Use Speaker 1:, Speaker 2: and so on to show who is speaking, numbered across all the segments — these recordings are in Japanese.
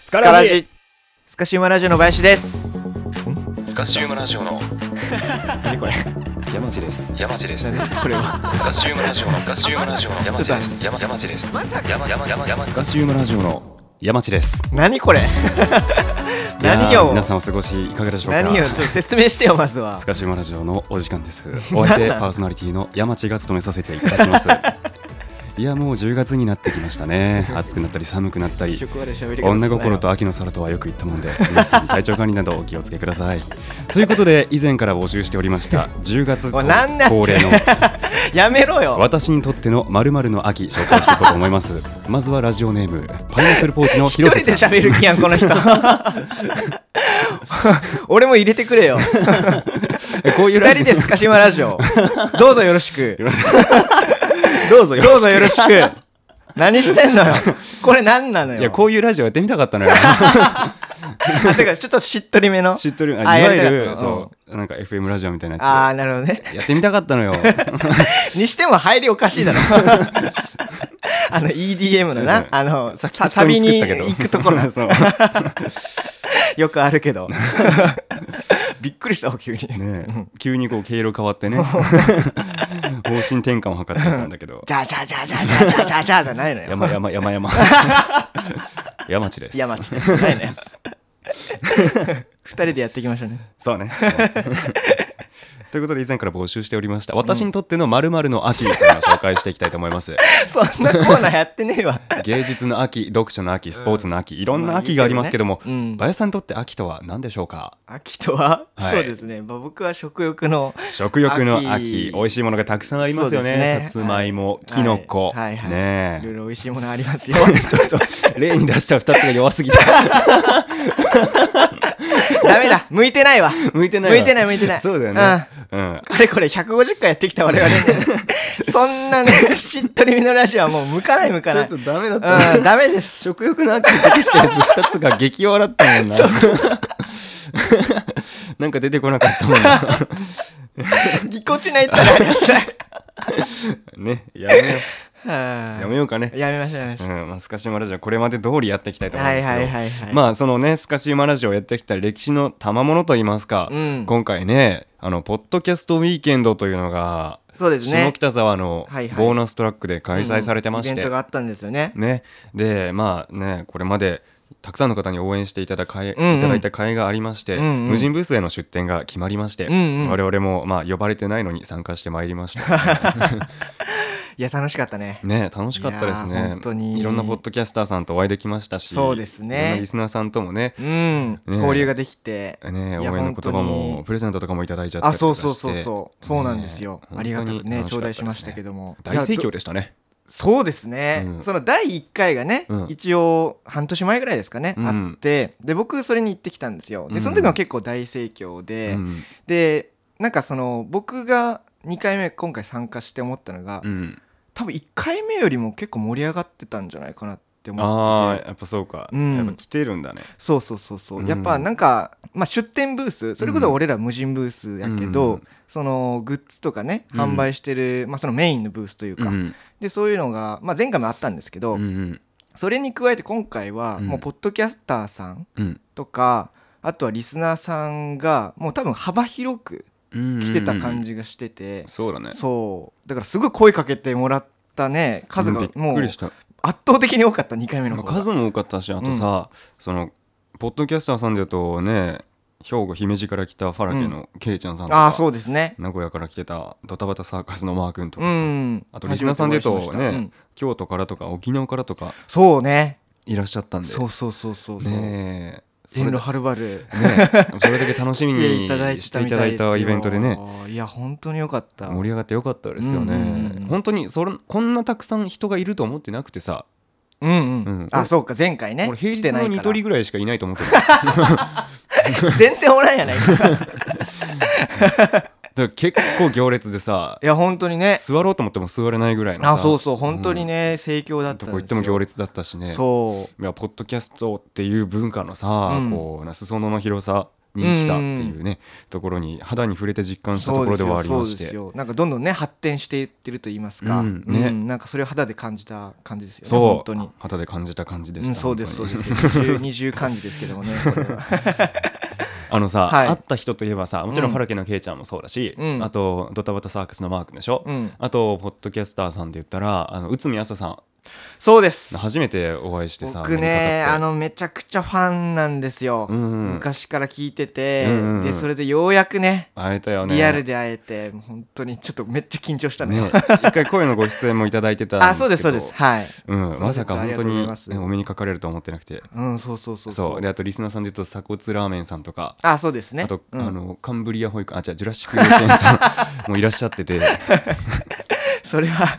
Speaker 1: スカ
Speaker 2: ラ
Speaker 1: ラ
Speaker 2: ジ
Speaker 1: ジ
Speaker 2: スカシウマラジオの林です
Speaker 3: スカシウムラジオの
Speaker 1: 何これ山地です
Speaker 3: 山地です。
Speaker 1: これは
Speaker 3: スカシウムラジオのスカシウムラジオの山地です。山山地です。山山山山
Speaker 4: スカシウムラジオの山地です。
Speaker 2: 何 これ
Speaker 4: いやー
Speaker 2: 何よ
Speaker 4: 皆さんお過ごしいかがでしょうか
Speaker 2: 何よちょっと説明してよまずは
Speaker 4: スカシウムラジオのお時間です。お相手パーソナリティの山地が務めさせていただ きます。いやもう10月になってきましたね。暑くなったり寒くなった
Speaker 2: 一
Speaker 4: り。
Speaker 2: 色悪い喋り方すなよ
Speaker 4: 女心と秋の空とはよく言ったもんで皆さん体調管理などお気をつけくださいということで以前から募集しておりました10月
Speaker 2: おいなんなん
Speaker 4: 恒例の
Speaker 2: やめろよ
Speaker 4: 私にとってのまるの秋紹介していこうと思いますまずはラジオネームパイナップルポーチの
Speaker 2: 一人
Speaker 4: 広瀬
Speaker 2: で
Speaker 4: さん
Speaker 2: 喋る気やんこの 人俺も入れてくれよ
Speaker 4: えこういう
Speaker 2: 二
Speaker 4: ラジ
Speaker 2: 人
Speaker 4: オ
Speaker 2: です鹿島ラジオどうぞよろしく
Speaker 4: どうぞよ
Speaker 2: どうぞよろしく何してんのよこれ何なのよ
Speaker 4: いや、こういうラジオやってみた かったのよ。
Speaker 2: あてかちょっとしっとりめの
Speaker 4: 知っとる。
Speaker 2: あ
Speaker 4: あいわゆ
Speaker 2: やりたか
Speaker 4: る、
Speaker 2: った
Speaker 4: そう、なんか FM ラジオみたいな
Speaker 2: あ
Speaker 4: や
Speaker 2: あなるほどね
Speaker 4: つ。やってみたかったのよ。
Speaker 2: にしても入りおかしいだろ。あの EDM のな、あの、
Speaker 4: さっ き
Speaker 2: さサビに
Speaker 4: 適当作ったけど
Speaker 2: 行くところ
Speaker 4: そう。
Speaker 2: よくあるけど。びっくりした、急に。
Speaker 4: ねえ急にこう、経路変わってね。 方針転換を図ってたんだけど。
Speaker 2: じゃあじゃあじゃあじゃあじゃあじゃあじゃあじゃあじゃないのよ。
Speaker 4: 山山山山。 山地です。
Speaker 2: 山地です。ないのよ。二人でやっていきましょうね。
Speaker 4: そ うね。ということで以前から募集しておりました私にとっての〇〇の秋というのを紹介していきたいと思います
Speaker 2: そんなコーナーやってねえわ。
Speaker 4: 芸術の秋読書の秋スポーツの秋いろんな秋がありますけども、
Speaker 2: まあいいけどねうん
Speaker 4: 林さんにとって秋とは何でしょうか
Speaker 2: 秋とは、
Speaker 4: はい
Speaker 2: そうですね。まあ僕は食欲の、
Speaker 4: 食欲の
Speaker 2: 秋
Speaker 4: 秋美味しいものがたくさんありますよね
Speaker 2: そうですね
Speaker 4: さつまいも、きのこ、
Speaker 2: はいはいはいいろい
Speaker 4: ね
Speaker 2: ろ美味しいものありますよ。
Speaker 4: えちょっと例に出した2つが弱すぎて
Speaker 2: ダメだ向いてないわ
Speaker 4: 向いてない
Speaker 2: 向いてない向いてない
Speaker 4: そうだよね、うん
Speaker 2: かれこれ150回やってきた我 々ねそんなねしっとりめのラジオはもう向かない向かない
Speaker 4: ちょっとダメだっ
Speaker 2: うんダメです
Speaker 4: 食欲の秋に出てきたやつ2つが激弱だったもんな なんか出てこなかったもん な
Speaker 2: ぎこちないったらあれはしない
Speaker 4: ねやめよう
Speaker 2: や
Speaker 4: やめようかね
Speaker 2: うやめましょうやめまし
Speaker 4: う
Speaker 2: ょ
Speaker 4: んまあ、スカシウマラジオこれまで通りやっていきたいと思うんですけど、
Speaker 2: はいはいはいはい
Speaker 4: まあそのねスカシウマラジオをやってきた歴史の賜物といいますか、
Speaker 2: うん
Speaker 4: 今回ねあのポッドキャストウィーケンドというのが
Speaker 2: うそうです
Speaker 4: 下
Speaker 2: ね
Speaker 4: 北沢の
Speaker 2: はいはい
Speaker 4: ボーナストラックで開催されてまし
Speaker 2: イ
Speaker 4: て、
Speaker 2: ベントがあったんですよね
Speaker 4: ね、でまあねこれまでたくさんの方に応援していただかい,、
Speaker 2: うんうん
Speaker 4: いただいた会がありまして、
Speaker 2: うんうん
Speaker 4: 無人ブースへの出店が決まりまして、
Speaker 2: うんうん
Speaker 4: 我々もまあ呼ばれてないのに参加してまいりま した、
Speaker 2: いや楽しかったね
Speaker 4: ね楽しかったです
Speaker 2: いやー
Speaker 4: ね
Speaker 2: 本当に
Speaker 4: いろんなポッドキャスターさんとお会いできましたし
Speaker 2: そうですね
Speaker 4: いろんなリスナーさんともね
Speaker 2: うん、交流ができて
Speaker 4: ね
Speaker 2: い
Speaker 4: 応
Speaker 2: や
Speaker 4: 援の言葉
Speaker 2: 本当
Speaker 4: も
Speaker 2: に
Speaker 4: プレゼントとかもいただいちゃった
Speaker 2: あ
Speaker 4: りと
Speaker 2: そう
Speaker 4: かして
Speaker 2: そうそうそうそうなんですよ、
Speaker 4: ね
Speaker 2: ありがたくね
Speaker 4: 本当
Speaker 2: 頂戴
Speaker 4: に楽
Speaker 2: しました
Speaker 4: かった
Speaker 2: け
Speaker 4: ですね
Speaker 2: ども
Speaker 4: 大盛
Speaker 2: いや
Speaker 4: 況
Speaker 2: ど
Speaker 4: でしたね
Speaker 2: そうですね、
Speaker 4: うん
Speaker 2: その第1回がね、
Speaker 4: うん
Speaker 2: 一応半年前ぐらいですかね、
Speaker 4: うん
Speaker 2: あってで僕それに行ってきたんですよでその時も結構大盛況で、
Speaker 4: うん
Speaker 2: でなんかその僕が2回目今回参加して思ったのが、
Speaker 4: うん
Speaker 2: 多分1回目よりも結構盛り上がってたんじゃないかなって思
Speaker 4: あ
Speaker 2: って
Speaker 4: ー
Speaker 2: て
Speaker 4: やっぱそうか、
Speaker 2: うん
Speaker 4: やっぱ来てるんだね
Speaker 2: そうそうそうそう、
Speaker 4: うん
Speaker 2: やっぱなんか、まあ、出店ブースそれこそ俺ら無人ブースやけど、
Speaker 4: うん
Speaker 2: そのグッズとかね
Speaker 4: うん
Speaker 2: 販売してる、まあ、そのメインのブースというか、
Speaker 4: うん
Speaker 2: でそういうのが、まあ、前回もあったんですけど、
Speaker 4: うんうん
Speaker 2: それに加えて今回は
Speaker 4: うん
Speaker 2: もうポッドキャスターさん
Speaker 4: うん
Speaker 2: とか、あとはリスナーさんがもう多分幅広く来てた感
Speaker 4: じ
Speaker 2: じがしてて、
Speaker 4: そうだね
Speaker 2: そうだからすごい声かけてもらったね数が
Speaker 4: うんびっ
Speaker 2: も
Speaker 4: く
Speaker 2: う
Speaker 4: りし
Speaker 2: 圧
Speaker 4: た
Speaker 2: 倒的に多かった2回目の
Speaker 4: まあ
Speaker 2: 方が
Speaker 4: 数も多かったしあとさ、そのポッドキャスターさんで言うとね兵庫姫路から来たファラケのケイちゃんさんと
Speaker 2: あ
Speaker 4: か、
Speaker 2: あそうですね
Speaker 4: 名古屋から来てたドタバタサーカスのマー君と
Speaker 2: う
Speaker 4: かさ、
Speaker 2: ん
Speaker 4: あとリスナーさんで言う
Speaker 2: 初
Speaker 4: と
Speaker 2: めてお
Speaker 4: ね、
Speaker 2: 会いしましたうん
Speaker 4: 京都からとか沖縄からとか
Speaker 2: そうね
Speaker 4: いらっしゃったんで
Speaker 2: そうそうそうそうそう、
Speaker 4: ねえそ
Speaker 2: 遠
Speaker 4: れ
Speaker 2: 路
Speaker 4: だ
Speaker 2: はるばる
Speaker 4: ねえそれだけ楽しみ
Speaker 2: 来
Speaker 4: に
Speaker 2: ていただい
Speaker 4: して
Speaker 2: た
Speaker 4: い
Speaker 2: み
Speaker 4: た
Speaker 2: た
Speaker 4: だ
Speaker 2: いで
Speaker 4: い
Speaker 2: すよ
Speaker 4: たイベントでね
Speaker 2: いや本当によかった
Speaker 4: 盛り上がってよかったですよね、
Speaker 2: うんうんうん
Speaker 4: 本当にそれこんなたくさん人がいると思ってなくてさ、
Speaker 2: うんうん、
Speaker 4: うん
Speaker 2: あそうか前回ね
Speaker 4: 俺平
Speaker 2: 来
Speaker 4: 日
Speaker 2: てな
Speaker 4: の
Speaker 2: い
Speaker 4: ニ
Speaker 2: か
Speaker 4: ト
Speaker 2: ら
Speaker 4: リぐらいしかいないと思ってた
Speaker 2: 全然おらんやない かい
Speaker 4: だから結構行列でさ
Speaker 2: や本当にね
Speaker 4: 座ろうと思っても座れないぐらいのさ
Speaker 2: あそうそう本当にね盛況だったんです
Speaker 4: ど
Speaker 2: よ
Speaker 4: こ行っても行列だったしね
Speaker 2: そう
Speaker 4: いやポッドキャストっていう文化のさ、
Speaker 2: うん
Speaker 4: こうな裾野の広さ人気さっていうねところに肌に触れて実感したと
Speaker 2: そ
Speaker 4: こ
Speaker 2: うです
Speaker 4: ろでは
Speaker 2: よ
Speaker 4: あり
Speaker 2: そ
Speaker 4: ま
Speaker 2: う
Speaker 4: し
Speaker 2: で
Speaker 4: て
Speaker 2: すよなんかどんどんね発展していってると言いますか、
Speaker 4: う
Speaker 2: うんん
Speaker 4: ね
Speaker 2: なんかそれを肌で感じた感じですよね
Speaker 4: そ
Speaker 2: 本
Speaker 4: う
Speaker 2: 当に、
Speaker 4: 肌で感じた感じでした、
Speaker 2: うん、そうですそ
Speaker 4: 本
Speaker 2: う
Speaker 4: 当
Speaker 2: で
Speaker 4: に
Speaker 2: す二重二重感じですけども ねこれは
Speaker 4: あのさ、
Speaker 2: はい
Speaker 4: 会った人といえばさもちろ
Speaker 2: うん
Speaker 4: んファラケのケイちゃんもそうだし、
Speaker 2: うん
Speaker 4: あとドタバタサークスのマークでしょ、
Speaker 2: うん
Speaker 4: あとポッドキャスターさんで言ったらあの内海あささ
Speaker 2: そうです
Speaker 4: ん初めてお会いしてさ
Speaker 2: 僕ねあ
Speaker 4: 何か
Speaker 2: のめちゃくちゃファンなんですよ、
Speaker 4: うんうん
Speaker 2: 昔から聞いてて、
Speaker 4: うんうんうん
Speaker 2: でそれでようやくね
Speaker 4: 会えたよね
Speaker 2: リアルで会えてもう本当にちょっとめっちゃ緊張したね
Speaker 4: ね一回声のご出演もいただいてたんです
Speaker 2: あ
Speaker 4: けど
Speaker 2: そうですそうですはい、
Speaker 4: うん、
Speaker 2: そう
Speaker 4: まさか
Speaker 2: あり
Speaker 4: 本
Speaker 2: が
Speaker 4: 当
Speaker 2: とうござ
Speaker 4: に
Speaker 2: い
Speaker 4: ね
Speaker 2: ます
Speaker 4: お目にかかれるとは思ってなくて
Speaker 2: うんそうそうそ
Speaker 4: そ
Speaker 2: う
Speaker 4: う
Speaker 2: そう
Speaker 4: であとリスナーさんで言うと鎖骨ラーメンさんとか
Speaker 2: あそうですね
Speaker 4: あと、
Speaker 2: うん
Speaker 4: あのカンブリア保育あじゃジュラシック幼稚園さ んもいらっしゃってて
Speaker 2: それは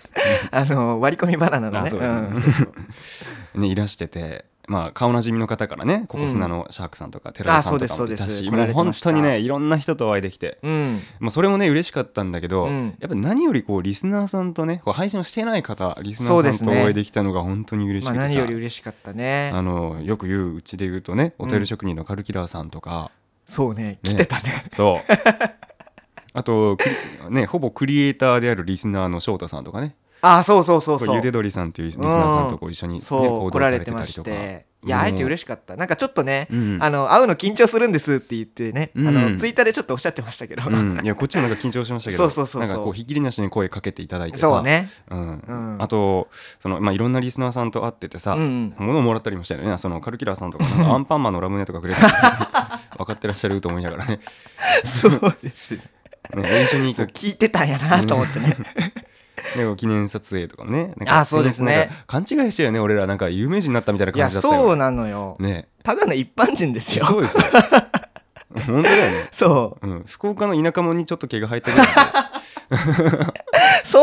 Speaker 2: あの割り込みバナナの
Speaker 4: あ
Speaker 2: ね
Speaker 4: そうですね
Speaker 2: んそうそう
Speaker 4: ね、いらしてて、まあ、顔なじみの方からね、ココスナのシャークさんとか、寺田さんとかもいた
Speaker 2: あそうですそう
Speaker 4: し、
Speaker 2: です
Speaker 4: も
Speaker 2: 来ら
Speaker 4: う
Speaker 2: れて
Speaker 4: 本
Speaker 2: ました
Speaker 4: 当にね、いろんな人とお会いできて、
Speaker 2: うん
Speaker 4: まあ、それもね、嬉しかったんだけど、
Speaker 2: うん
Speaker 4: やっぱ何よりこう、リスナーさんとね、こう配信をしてない方、リスナ
Speaker 2: そうで
Speaker 4: ーさ
Speaker 2: す
Speaker 4: んとお
Speaker 2: ね
Speaker 4: 会いできたのが本当に嬉し
Speaker 2: ま
Speaker 4: く
Speaker 2: あ
Speaker 4: てさ、
Speaker 2: 何より嬉しかったね
Speaker 4: あのよく言う、うちで言うとね、お便り職人のカルキラーさんとか、
Speaker 2: そうね
Speaker 4: ね
Speaker 2: 来てたね
Speaker 4: そう。あと、クリね、ほぼクリエイターであるリスナーの翔太さんとかね、
Speaker 2: あそうそうそう
Speaker 4: こ
Speaker 2: そう
Speaker 4: うゆでどりさんっていうリスナーさんとこう一緒に、ね
Speaker 2: そう
Speaker 4: 行動
Speaker 2: 来
Speaker 4: さ
Speaker 2: られ
Speaker 4: れて
Speaker 2: て
Speaker 4: た
Speaker 2: ま
Speaker 4: り
Speaker 2: し
Speaker 4: とか。
Speaker 2: ていや
Speaker 4: うん
Speaker 2: 会えて嬉しかったなんかちょっとね
Speaker 4: うん
Speaker 2: あの会うの緊張するんですって言ってねあ
Speaker 4: うん
Speaker 2: のツイッターでちょっとおっしゃってましたけど
Speaker 4: うん、いやこっちもなんか緊張しましたけ
Speaker 2: そう
Speaker 4: ど
Speaker 2: そうそうそう
Speaker 4: なんかこうひっきりなしに声かけていただいてさ
Speaker 2: そうね
Speaker 4: うん
Speaker 2: ん
Speaker 4: あとその、まあ、いろんなリスナーさんと会っててさ、
Speaker 2: うんうん
Speaker 4: 物をもらったりもしたよねそのカルキラーさんとかなんかアンパンマンのラムネとかくれ たり分かってらっしゃると思いながらね
Speaker 2: そうですね
Speaker 4: ね一緒に
Speaker 2: そ
Speaker 4: こ
Speaker 2: う
Speaker 4: う
Speaker 2: 聞いてたんやなと思って ね
Speaker 4: なんか記念撮影とかもねなんか
Speaker 2: あそうですね
Speaker 4: なんか勘違いしてよね俺らなんか有名人になったみたいない感
Speaker 2: や
Speaker 4: じだったよ
Speaker 2: そうなのよ
Speaker 4: ね
Speaker 2: ただの一般人ですよ
Speaker 4: そうです よ本当だよね、
Speaker 2: そ
Speaker 4: うん、福岡の田舎者にちょっと毛が生えたぐらい
Speaker 2: そう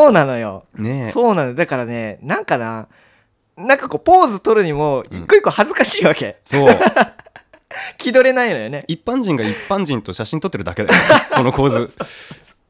Speaker 2: そうなのよ
Speaker 4: でね
Speaker 2: そうなのだからねなんかななんかこうポーズ取るにも一個一個恥ずかしいわけ、
Speaker 4: そう
Speaker 2: 気取れないのよね
Speaker 4: 一般人が一般人と写真撮ってるだけだよ この構図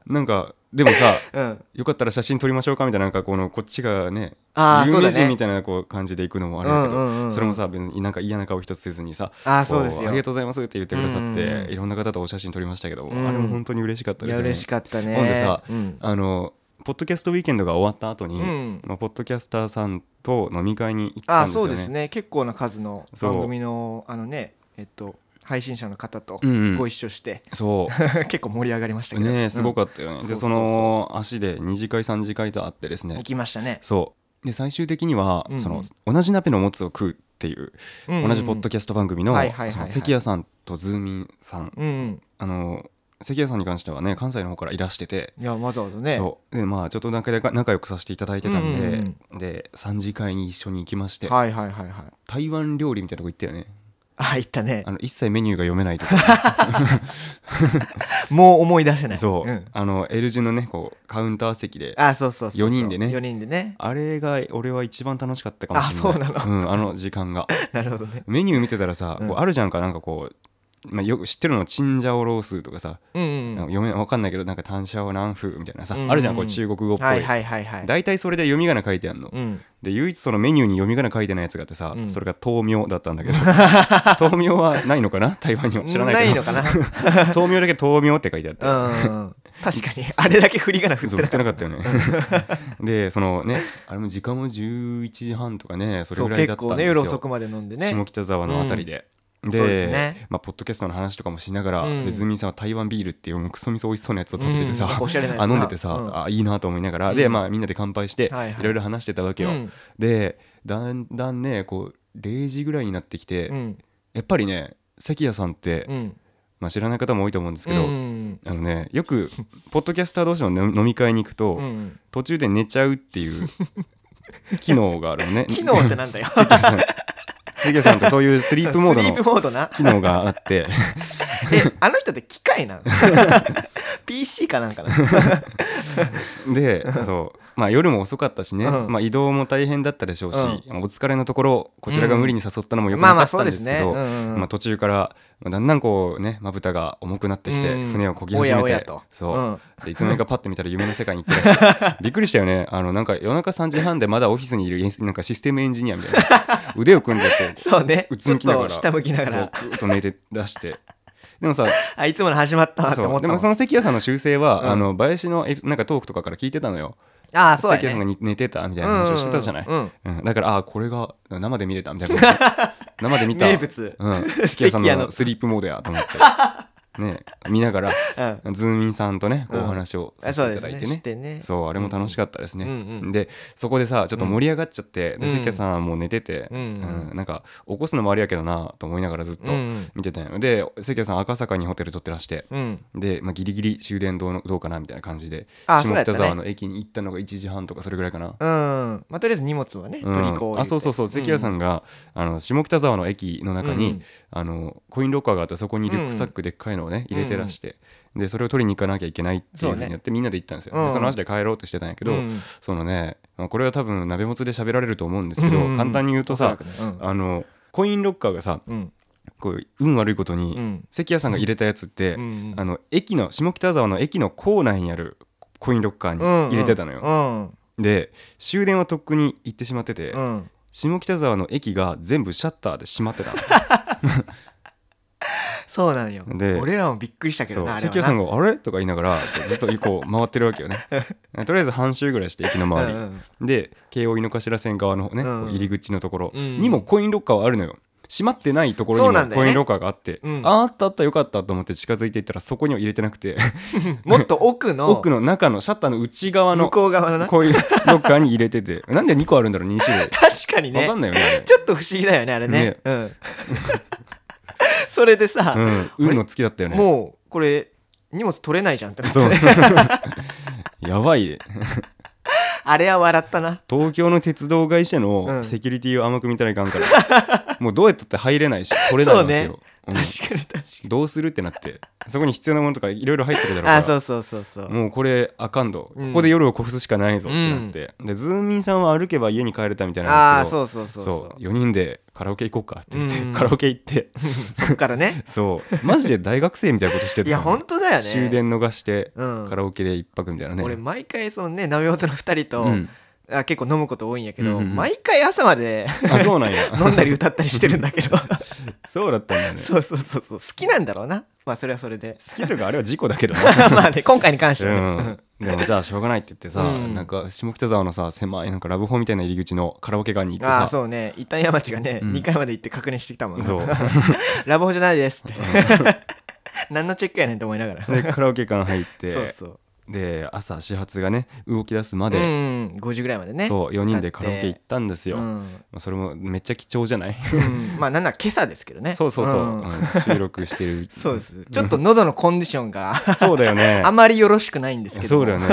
Speaker 4: なんかでもさ
Speaker 2: うん
Speaker 4: よかったら写真撮りましょうかみたいななんかこのこっちがね
Speaker 2: あー
Speaker 4: 有
Speaker 2: そうだ
Speaker 4: 名
Speaker 2: ね
Speaker 4: 人みたいなこう感じで行くのもあるんだけど、
Speaker 2: うんうんうんうん
Speaker 4: それもさ別になんか嫌な顔一つせずにさ
Speaker 2: あー
Speaker 4: こ
Speaker 2: そうですよ
Speaker 4: ありがとうございますって言ってくださって、
Speaker 2: うんうんうん
Speaker 4: いろんな方とお写真撮りましたけど、
Speaker 2: うん
Speaker 4: あれも本当に嬉しかった
Speaker 2: い
Speaker 4: で
Speaker 2: や
Speaker 4: すね
Speaker 2: 嬉しかったね
Speaker 4: ほんでさ、
Speaker 2: うん
Speaker 4: あのポッドキャストウィーケンドが終わった後に、
Speaker 2: うん
Speaker 4: まあ、ポッドキャスターさんと飲み会に行った
Speaker 2: あ
Speaker 4: んですよ
Speaker 2: そ
Speaker 4: ね
Speaker 2: うですね結構な数の
Speaker 4: そう
Speaker 2: 番組のあのねえっと配信者の方と
Speaker 4: うんうん
Speaker 2: ご一緒して、
Speaker 4: そう
Speaker 2: 結構盛り上がりましたけど
Speaker 4: ねえすごか
Speaker 2: っ
Speaker 4: ったよね、
Speaker 2: うん
Speaker 4: で
Speaker 2: そ
Speaker 4: そう
Speaker 2: そうそう
Speaker 4: の足で2次会3次会と会ってです
Speaker 2: た
Speaker 4: ね
Speaker 2: 行きましたね、
Speaker 4: そうで最終的には、
Speaker 2: うんうん
Speaker 4: その同じ鍋のもつを食うっていう、
Speaker 2: うんうん
Speaker 4: 同じポッドキャスト番組の,、
Speaker 2: はいはいはいはい
Speaker 4: その関谷さんとズーミンさん
Speaker 2: うん
Speaker 4: あの関谷さんに関してはね関西の方からいらしてて、
Speaker 2: いやわざわざね
Speaker 4: そうでまあちょっと仲で仲良くさせていただいてたんで、
Speaker 2: うんうん
Speaker 4: で3次会に一緒に行きまして、
Speaker 2: はいはいはいはい
Speaker 4: 台湾料理みたいなとこ行ったよね
Speaker 2: あ行ったね
Speaker 4: あの一切メニューが読めないとか
Speaker 2: もう思い出せない
Speaker 4: そう、
Speaker 2: ん
Speaker 4: あの L 字のねこうカウンター席で
Speaker 2: あそうそうそうそう
Speaker 4: 四人でね
Speaker 2: 4人でね
Speaker 4: あれが俺は一番楽しかったかもしれない
Speaker 2: あそうな
Speaker 4: の、ん、あの時間が
Speaker 2: なるほどね
Speaker 4: メニュー見てたらさ、
Speaker 2: うん
Speaker 4: こうあるじゃんかなんかこう、まあ、よく知ってるのチンジャオロースーとかさ、
Speaker 2: うんうん
Speaker 4: なんか読めわかんないけどなんか単シャオ南風みたいなさ、
Speaker 2: うんうん
Speaker 4: あるじゃんこう中国語っぽい、
Speaker 2: はいはいはいはい
Speaker 4: 大体それで読み仮名書いてあんの、
Speaker 2: うん
Speaker 4: で唯一そのメニューに読み仮名書いてないやつがあってさ、
Speaker 2: うん
Speaker 4: それが豆苗だったんだ けど豆苗はないのかな台湾には知らないけど
Speaker 2: のかな
Speaker 4: 豆苗だけ豆苗って書いてあって、
Speaker 2: うん確かにあれだけ振り仮名振っ
Speaker 4: そう
Speaker 2: て
Speaker 4: 売
Speaker 2: なか
Speaker 4: って
Speaker 2: っ
Speaker 4: なかったよね でそのねあれも時間も11時半とかねそ
Speaker 2: た
Speaker 4: れ
Speaker 2: そう
Speaker 4: ぐらいだ
Speaker 2: 結
Speaker 4: った
Speaker 2: 構
Speaker 4: んですよ
Speaker 2: ね夜遅くまで飲んでね
Speaker 4: 下北沢のあたりで。で
Speaker 2: そうですね
Speaker 4: まあ、ポッドキャストの話とかもしながら、
Speaker 2: うん
Speaker 4: でズミンさんは台湾ビールっていうもうクソみそ美味しそうなやつを食べててさ、
Speaker 2: うんなんかおしゃれなやつ
Speaker 4: あ
Speaker 2: な
Speaker 4: 飲んでてさ、
Speaker 2: うん
Speaker 4: あいいなと思いながら、
Speaker 2: うん
Speaker 4: で、まあ、みんなで乾杯して、
Speaker 2: はい
Speaker 4: い
Speaker 2: はい
Speaker 4: ろいろ話してたわけよ、
Speaker 2: うん
Speaker 4: でだんだんねこう0時ぐらいになってきて、
Speaker 2: うん
Speaker 4: やっぱりね関谷さんって、
Speaker 2: うん
Speaker 4: まあ、知らない方も多いと思うんですけど、
Speaker 2: うん
Speaker 4: あのねよくポッドキャスター同士の飲 み会に行くと、
Speaker 2: うん
Speaker 4: 途中で寝ちゃうっていう 機能があるのね
Speaker 2: 機能ってなんだよ
Speaker 4: 関谷さん関谷さんってそういうスリープモード
Speaker 2: スリー
Speaker 4: の
Speaker 2: プモードな
Speaker 4: 機能があって
Speaker 2: えあの人って機械なの PC かなんかな
Speaker 4: でそう、まあ、夜も遅かったしね、
Speaker 2: うん
Speaker 4: まあ、移動も大変だったでしょうし、
Speaker 2: う
Speaker 4: お疲れのところこちらが無理に誘ったのもよく
Speaker 2: まあ
Speaker 4: な
Speaker 2: ま
Speaker 4: か
Speaker 2: あ
Speaker 4: っ
Speaker 2: そ
Speaker 4: た
Speaker 2: うんで
Speaker 4: ですすけ
Speaker 2: ね
Speaker 4: ど、
Speaker 2: うんうん
Speaker 4: まあ、途中からまあだんだんこうねまぶたが重くなってきて
Speaker 2: うん
Speaker 4: 船をこぎ始め
Speaker 2: おやおや
Speaker 4: て
Speaker 2: と
Speaker 4: そう、
Speaker 2: うん
Speaker 4: でいつの間にかパッて見たら夢の世界に行ってらっし ゃるびっくりしたよねあのなんか夜中3時半でまだオフィスにいるなんかシステムエンジニアみたいな腕を組んで て
Speaker 2: そうね
Speaker 4: うつ
Speaker 2: ちょ
Speaker 4: む
Speaker 2: っ
Speaker 4: きなが
Speaker 2: と
Speaker 4: ら
Speaker 2: 下向きながら
Speaker 4: そうぐーっと寝てらしてでもさ、
Speaker 2: あいつもの始まったなって
Speaker 4: そ
Speaker 2: 思った
Speaker 4: うで
Speaker 2: もん
Speaker 4: もその関谷さんの修正は、
Speaker 2: うん
Speaker 4: あの林のエピなんかトークとかから聞いてたのよ。
Speaker 2: ああそうだ
Speaker 4: 関谷さんが
Speaker 2: ね
Speaker 4: に寝てたみたいな話をしてたじゃない。
Speaker 2: うんうん
Speaker 4: うんだから、ああ、これが生で見れたみたいな 感じで。生で見た。
Speaker 2: 名物
Speaker 4: うん。関谷さん
Speaker 2: 関谷
Speaker 4: の
Speaker 2: の
Speaker 4: スリープモードやと思 って。ね、見ながら、
Speaker 2: うん
Speaker 4: ズーミンさんとね、こう
Speaker 2: うん
Speaker 4: お話を
Speaker 2: あ
Speaker 4: さ
Speaker 2: そ
Speaker 4: せ
Speaker 2: う
Speaker 4: て
Speaker 2: ですね
Speaker 4: いただいて
Speaker 2: し
Speaker 4: ね。
Speaker 2: てね
Speaker 4: そうあれも楽しかったですね、
Speaker 2: うんうん
Speaker 4: でそこでさちょっと盛り上がっちゃって、
Speaker 2: ん
Speaker 4: で関谷さんはもう寝てて、
Speaker 2: うんうん
Speaker 4: うんなんか起こすのもあれやけどなと思いながらずっと
Speaker 2: うんうん
Speaker 4: 見てたんよで関谷さん赤坂にホテル取ってらして、
Speaker 2: うん
Speaker 4: で、まあ、ギリギリ終電どうのどうかなみたいな感じで
Speaker 2: あそうや
Speaker 4: 下
Speaker 2: った
Speaker 4: 北
Speaker 2: ね
Speaker 4: 沢の駅に行ったのが1時半とかそれぐらいかな。
Speaker 2: うんまあとりあえず荷物はね
Speaker 4: う、
Speaker 2: 取り行こうん
Speaker 4: あそうそうそう関谷さ
Speaker 2: ん
Speaker 4: んが、あの下北沢の駅の中に、
Speaker 2: うんうん
Speaker 4: あのコインロッカーがあってそこにリュックサックでっかいのをね、入れてらして、でそれを取りに行かなきゃいけないっていうふうにやって、みんなで行ったんですよ、
Speaker 2: うん
Speaker 4: でその話で帰ろうとしてたんやけど、
Speaker 2: うん
Speaker 4: そのねまあこれは多分鍋もつで喋られると思うんですけど、
Speaker 2: うんうんうん
Speaker 4: 簡単に言うと
Speaker 2: おそら
Speaker 4: さ、
Speaker 2: くねうん
Speaker 4: あのコインロッカーがさ
Speaker 2: うん
Speaker 4: こう運悪いことに、
Speaker 2: うん
Speaker 4: 関谷さんが入れたやつって、
Speaker 2: うん
Speaker 4: あの駅の下北沢の駅の構内にあるコインロッカーに
Speaker 2: うん
Speaker 4: 入れてたのよ、
Speaker 2: うん
Speaker 4: で終電はとっくに行ってしまってて、
Speaker 2: うん
Speaker 4: 下北沢の駅が全部シャッターで閉まっ てたの
Speaker 2: そうなんよ
Speaker 4: で
Speaker 2: 俺らもびっくりしたけ
Speaker 4: そ
Speaker 2: ど
Speaker 4: う
Speaker 2: なあれ
Speaker 4: 関
Speaker 2: は
Speaker 4: 谷さん
Speaker 2: な
Speaker 4: が「あれ?」とか言いながらずっとこう回ってるわ けよねとりあえず半周ぐらいして駅の周り、
Speaker 2: うんうん
Speaker 4: で京王井の頭線側の
Speaker 2: う
Speaker 4: ね、
Speaker 2: ん
Speaker 4: こう入り口のところ
Speaker 2: うん
Speaker 4: にもコインロッカーはあるのよ閉まってないところ
Speaker 2: そう
Speaker 4: に
Speaker 2: なん
Speaker 4: も
Speaker 2: だよ
Speaker 4: コ
Speaker 2: ね
Speaker 4: インロッカーがあって、
Speaker 2: うん
Speaker 4: ああったあったよかったと思って近づいていったらそこには入れてなくて
Speaker 2: もっと奥の
Speaker 4: 奥の中のシャッターの内側の
Speaker 2: 向こう側のな
Speaker 4: コインロッカーに入れ ててなんで2個あるんだろう2種類
Speaker 2: 確かに
Speaker 4: わ
Speaker 2: ね
Speaker 4: かんないよねあれ
Speaker 2: ちょっと不思議だよねあれね
Speaker 4: ね
Speaker 2: うん それでさ、
Speaker 4: うん、運の月だったよね
Speaker 2: もうこれ荷物取れないじゃんってなって
Speaker 4: そうやばい
Speaker 2: あれは笑ったな
Speaker 4: 東京の鉄道会社
Speaker 2: うん
Speaker 4: のセキュリティを甘く見たらいかんから、もうどうやったって入れないし取れないわけよ、
Speaker 2: 確
Speaker 4: うん
Speaker 2: かに確かに
Speaker 4: どうするってなってそこに必要なものとかいろいろ入ってくるだろうから
Speaker 2: あそうそうそうそう
Speaker 4: もうこれあかんと、
Speaker 2: うん
Speaker 4: ここで夜を越すしかないぞってなって、でズーミンさんは歩けば家に帰れたみたいな
Speaker 2: あ
Speaker 4: ん
Speaker 2: あ
Speaker 4: ですけど
Speaker 2: そうそうそうそう
Speaker 4: 4人でカラオケ行こうかって言って、
Speaker 2: うん
Speaker 4: カラオケ行って
Speaker 2: そっからね
Speaker 4: そうマジで大学生みたいなことしてた
Speaker 2: いや本当だよね
Speaker 4: 終電逃して、
Speaker 2: うん
Speaker 4: カラオケで一泊みたいなね
Speaker 2: 俺毎回そのねナメオツの2人と、
Speaker 4: うん
Speaker 2: あ結構飲むこと多いんやけど、
Speaker 4: うんうんうん
Speaker 2: 毎回朝ま で
Speaker 4: あそうなんや
Speaker 2: 飲んだり歌ったりしてるんだけ ど
Speaker 4: そうだったんだね
Speaker 2: そうそうそうそう好きなんだろうなまあそれはそれで
Speaker 4: 好きとかあれは事故だけどな
Speaker 2: まあね今回に関してはね、
Speaker 4: うん、でもじゃあしょうがないって言ってさ、
Speaker 2: うん
Speaker 4: なんか下北沢のさ狭いなんかラブホみたいな入り口のカラオケ側に行って
Speaker 2: ああ
Speaker 4: さ
Speaker 2: そうね一旦山地がね、
Speaker 4: うん
Speaker 2: 2階まで行って確認してきたもんな
Speaker 4: そう
Speaker 2: ラブホじゃないですって 何のチェックやねんと思いながら
Speaker 4: でカラオケ館入って
Speaker 2: そうそう
Speaker 4: で朝始発がね動き出すま
Speaker 2: うん
Speaker 4: で、
Speaker 2: うん5時ぐらいまでね
Speaker 4: そう4人でカラオケ行ったんですよ、
Speaker 2: うん
Speaker 4: まあそれもめっちゃ貴重じゃない
Speaker 2: うんまあなんなら今朝ですけどね
Speaker 4: そうそうそう、
Speaker 2: ん
Speaker 4: うん収録してる
Speaker 2: そうですちょっと喉のコンディションが
Speaker 4: そうだよね
Speaker 2: あまりよろしくないんですけど
Speaker 4: そうだよね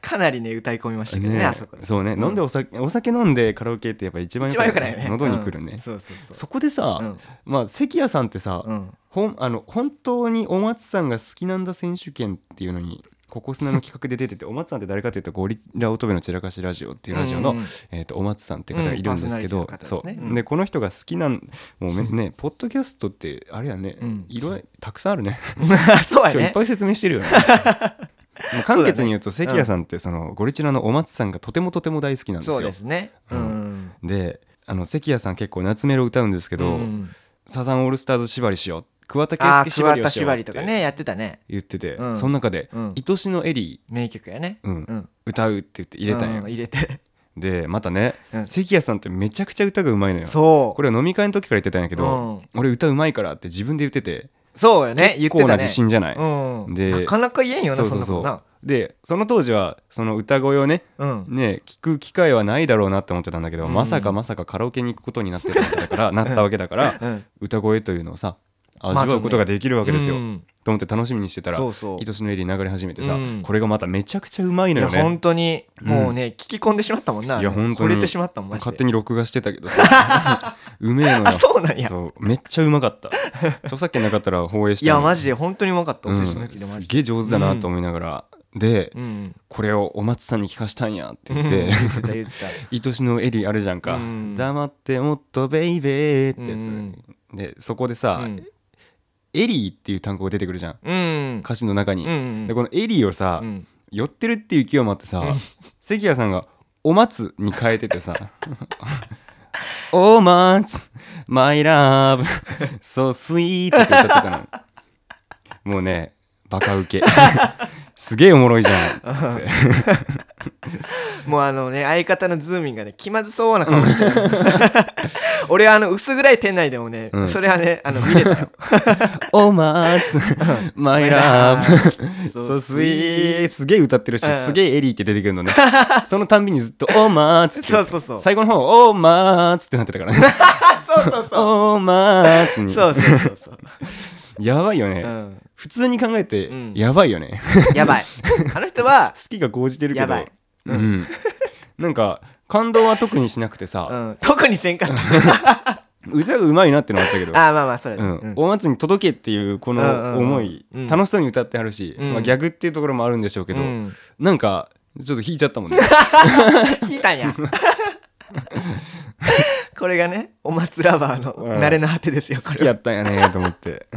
Speaker 2: かなりね歌い込みましたけどねあそこで
Speaker 4: そうね、
Speaker 2: うん
Speaker 4: 飲んでお酒お酒飲んでカラオケってやっぱ一番
Speaker 2: 一番よくないよね
Speaker 4: 喉にくるね、
Speaker 2: うんそうそうそう
Speaker 4: そこでさ、
Speaker 2: うん
Speaker 4: まあ関谷さんってさ、
Speaker 2: うん
Speaker 4: ほんあの本当にお松さんが好きなんだ選手権っていうのにここ砂の企画で 出ててお松さんって誰かというとゴリラ乙女の散らかしラジオっていうラジオ
Speaker 2: う
Speaker 4: の、
Speaker 2: んうんうん
Speaker 4: えー、とお松さんっていう方がいるんですけど、
Speaker 2: うんパーソ
Speaker 4: そ
Speaker 2: ナリティの方ですねう
Speaker 4: うんでこの人が好きなんもうめ ねポッドキャストってあれやね、
Speaker 2: うん
Speaker 4: いろいろたくさんあるね
Speaker 2: そうや
Speaker 4: 今日いっ
Speaker 2: ね
Speaker 4: ぱい説明してる よね。もう簡潔に言うと関谷さんってそのゴリチラのお松さんがとてもとても大好きなんですよ。
Speaker 2: そうですねう
Speaker 4: うんであの関谷さん結構夏メロ歌うんですけど、
Speaker 2: うん
Speaker 4: サザンオールスターズ縛りしよう桑田
Speaker 2: あ
Speaker 4: 佳
Speaker 2: あ
Speaker 4: 祐
Speaker 2: 桑
Speaker 4: 縛りを
Speaker 2: 田
Speaker 4: しよ
Speaker 2: 縛
Speaker 4: うっ
Speaker 2: りとか
Speaker 4: て
Speaker 2: ねやってたね
Speaker 4: 言ってて、
Speaker 2: うん
Speaker 4: その中で、
Speaker 2: うん
Speaker 4: 愛しのエリ
Speaker 2: 名曲やね
Speaker 4: ー、うん
Speaker 2: うん
Speaker 4: 歌うって言って入れたんよ、
Speaker 2: うん入れて
Speaker 4: でまたね、
Speaker 2: うん
Speaker 4: 関谷さんってめちゃくちゃ歌がうまいのよ
Speaker 2: そう
Speaker 4: これは飲み会の時から言ってたんやけど、俺歌うまいからって自分で言ってて
Speaker 2: そうよね言っ
Speaker 4: 結
Speaker 2: て
Speaker 4: 構
Speaker 2: た
Speaker 4: な
Speaker 2: ね
Speaker 4: 自信じゃない、
Speaker 2: うん
Speaker 4: で
Speaker 2: なかなか言えんよ
Speaker 4: そ
Speaker 2: なそ
Speaker 4: うそ
Speaker 2: ん
Speaker 4: う
Speaker 2: なこと
Speaker 4: そう
Speaker 2: な
Speaker 4: でその当時はその歌声をね
Speaker 2: うん
Speaker 4: ね聞く機会はないだろうなって思ってたんだけど、
Speaker 2: うん
Speaker 4: まさかまさかカラオケに行くことになってたわけだから なったわけだから
Speaker 2: うん
Speaker 4: 歌声というのをさ
Speaker 2: まあ
Speaker 4: 味わうことができるわけですよ、
Speaker 2: うん
Speaker 4: と思って楽しみにしてたら
Speaker 2: そうそう
Speaker 4: 愛しのエリー流れ始めてさ、
Speaker 2: うん
Speaker 4: これがまためちゃくちゃうまい
Speaker 2: い
Speaker 4: の
Speaker 2: や
Speaker 4: よね
Speaker 2: 本当にもうね聞き込んでしまったもんない
Speaker 4: や本当
Speaker 2: 惚
Speaker 4: に
Speaker 2: れてしまったもんマジ
Speaker 4: 勝
Speaker 2: で
Speaker 4: 手に録画してたけどさ うめえのよ
Speaker 2: あそうなんや
Speaker 4: そうめっちゃうまかった著作権なかったら放映し
Speaker 2: い
Speaker 4: て
Speaker 2: やマ
Speaker 4: ジ
Speaker 2: ジで本当にうまかったお
Speaker 4: うん、
Speaker 2: 寿司抜きでマ
Speaker 4: すっ
Speaker 2: ジで
Speaker 4: げえ上手だなと思いながら、で、
Speaker 2: うん
Speaker 4: これをお松さんに聞かしたんやって
Speaker 2: うん
Speaker 4: 言っ
Speaker 2: 言
Speaker 4: て
Speaker 2: ってた言って
Speaker 4: 愛しのエリーあるじゃんか、
Speaker 2: うん
Speaker 4: 黙ってもっとベイベーってやつ、
Speaker 2: うん
Speaker 4: でそこで
Speaker 2: た
Speaker 4: さ、
Speaker 2: うん
Speaker 4: エリーっていう単語が出てくるじゃん
Speaker 2: うん
Speaker 4: 歌詞の中に、
Speaker 2: うん
Speaker 4: でこのエリーをさ、
Speaker 2: うん
Speaker 4: 寄ってるっていう勢いもあってさ関谷さんが「お待つ」に変えててさ おまつ、マイラブ、そうスイートって歌ってたの。もうね、バカ ウケ。すげえおもろいじゃん。
Speaker 2: もうあのね相方のズーミンがね気まずそうな顔してる 俺はあの薄暗い店内でもね、
Speaker 4: うん
Speaker 2: それはねあの見れた よ
Speaker 4: おまつ、マイラ ブ、
Speaker 2: So
Speaker 4: そうスイート。すげえ歌ってるし、
Speaker 2: うん
Speaker 4: すげえエリーって出てく るのね。そのたんびにずっと、おまつって。
Speaker 2: そうそうそう
Speaker 4: 最後の方、おまつってなってたからね。
Speaker 2: あそうそうそう
Speaker 4: おまつに。
Speaker 2: そうそうそうそう、
Speaker 4: やばい よね。
Speaker 2: うん、
Speaker 4: 普通に考えて、
Speaker 2: うん
Speaker 4: やばいよ ね。
Speaker 2: やばいあの人は
Speaker 4: 好きが高じてるけど
Speaker 2: やばい
Speaker 4: うんなんか感動は特にしなくて
Speaker 2: う
Speaker 4: さ、
Speaker 2: ん、特にせんかった
Speaker 4: 歌がうまいなってのはあったけど、
Speaker 2: あーまあまあそれ、
Speaker 4: う
Speaker 2: うんん
Speaker 4: お祭りに届けっていうこの思い、
Speaker 2: うんうんうんうん
Speaker 4: 楽しそうに歌ってはるし、
Speaker 2: うん
Speaker 4: まあ、ギャグっていうところもあるんでしょうけど、
Speaker 2: うん
Speaker 4: なんかちょっと引いちゃったも んね
Speaker 2: 引いたんやこれがねお祭ラバーの
Speaker 4: うん
Speaker 2: 慣れの果てですよこ
Speaker 4: 好き
Speaker 2: れ
Speaker 4: や
Speaker 2: は
Speaker 4: ったんやねと思って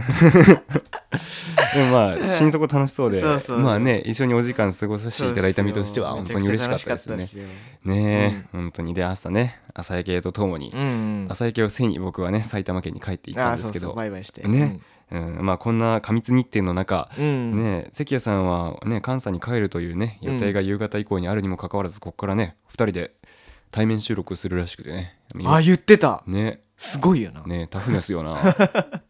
Speaker 4: でもまあ心底楽しそうで
Speaker 2: そうそう
Speaker 4: まあね一緒にお時間過ごさせていただいた身としては
Speaker 2: そう
Speaker 4: 本
Speaker 2: です
Speaker 4: 当
Speaker 2: よ
Speaker 4: に嬉しかったです
Speaker 2: め
Speaker 4: ね
Speaker 2: ちゃくちゃ楽しかった
Speaker 4: ねえ、本当にで朝ね朝焼けととも
Speaker 2: で
Speaker 4: に、
Speaker 2: すようん
Speaker 4: 朝焼けを背に僕はね埼玉県に帰っていっ
Speaker 2: あ
Speaker 4: たん
Speaker 2: ー
Speaker 4: で
Speaker 2: そ
Speaker 4: す
Speaker 2: う
Speaker 4: け
Speaker 2: そ
Speaker 4: ど
Speaker 2: うバイバイして
Speaker 4: ね、うんまあ、こんな過密日程の中、
Speaker 2: うん、うん
Speaker 4: ね、関谷さんは、ね、関西に帰るという、ね、予定が夕方以降にあるにもかかわらずここからね2人で対面収録するらしくてね
Speaker 2: あ言ってた
Speaker 4: ね
Speaker 2: すごいよな、
Speaker 4: ねタフですよな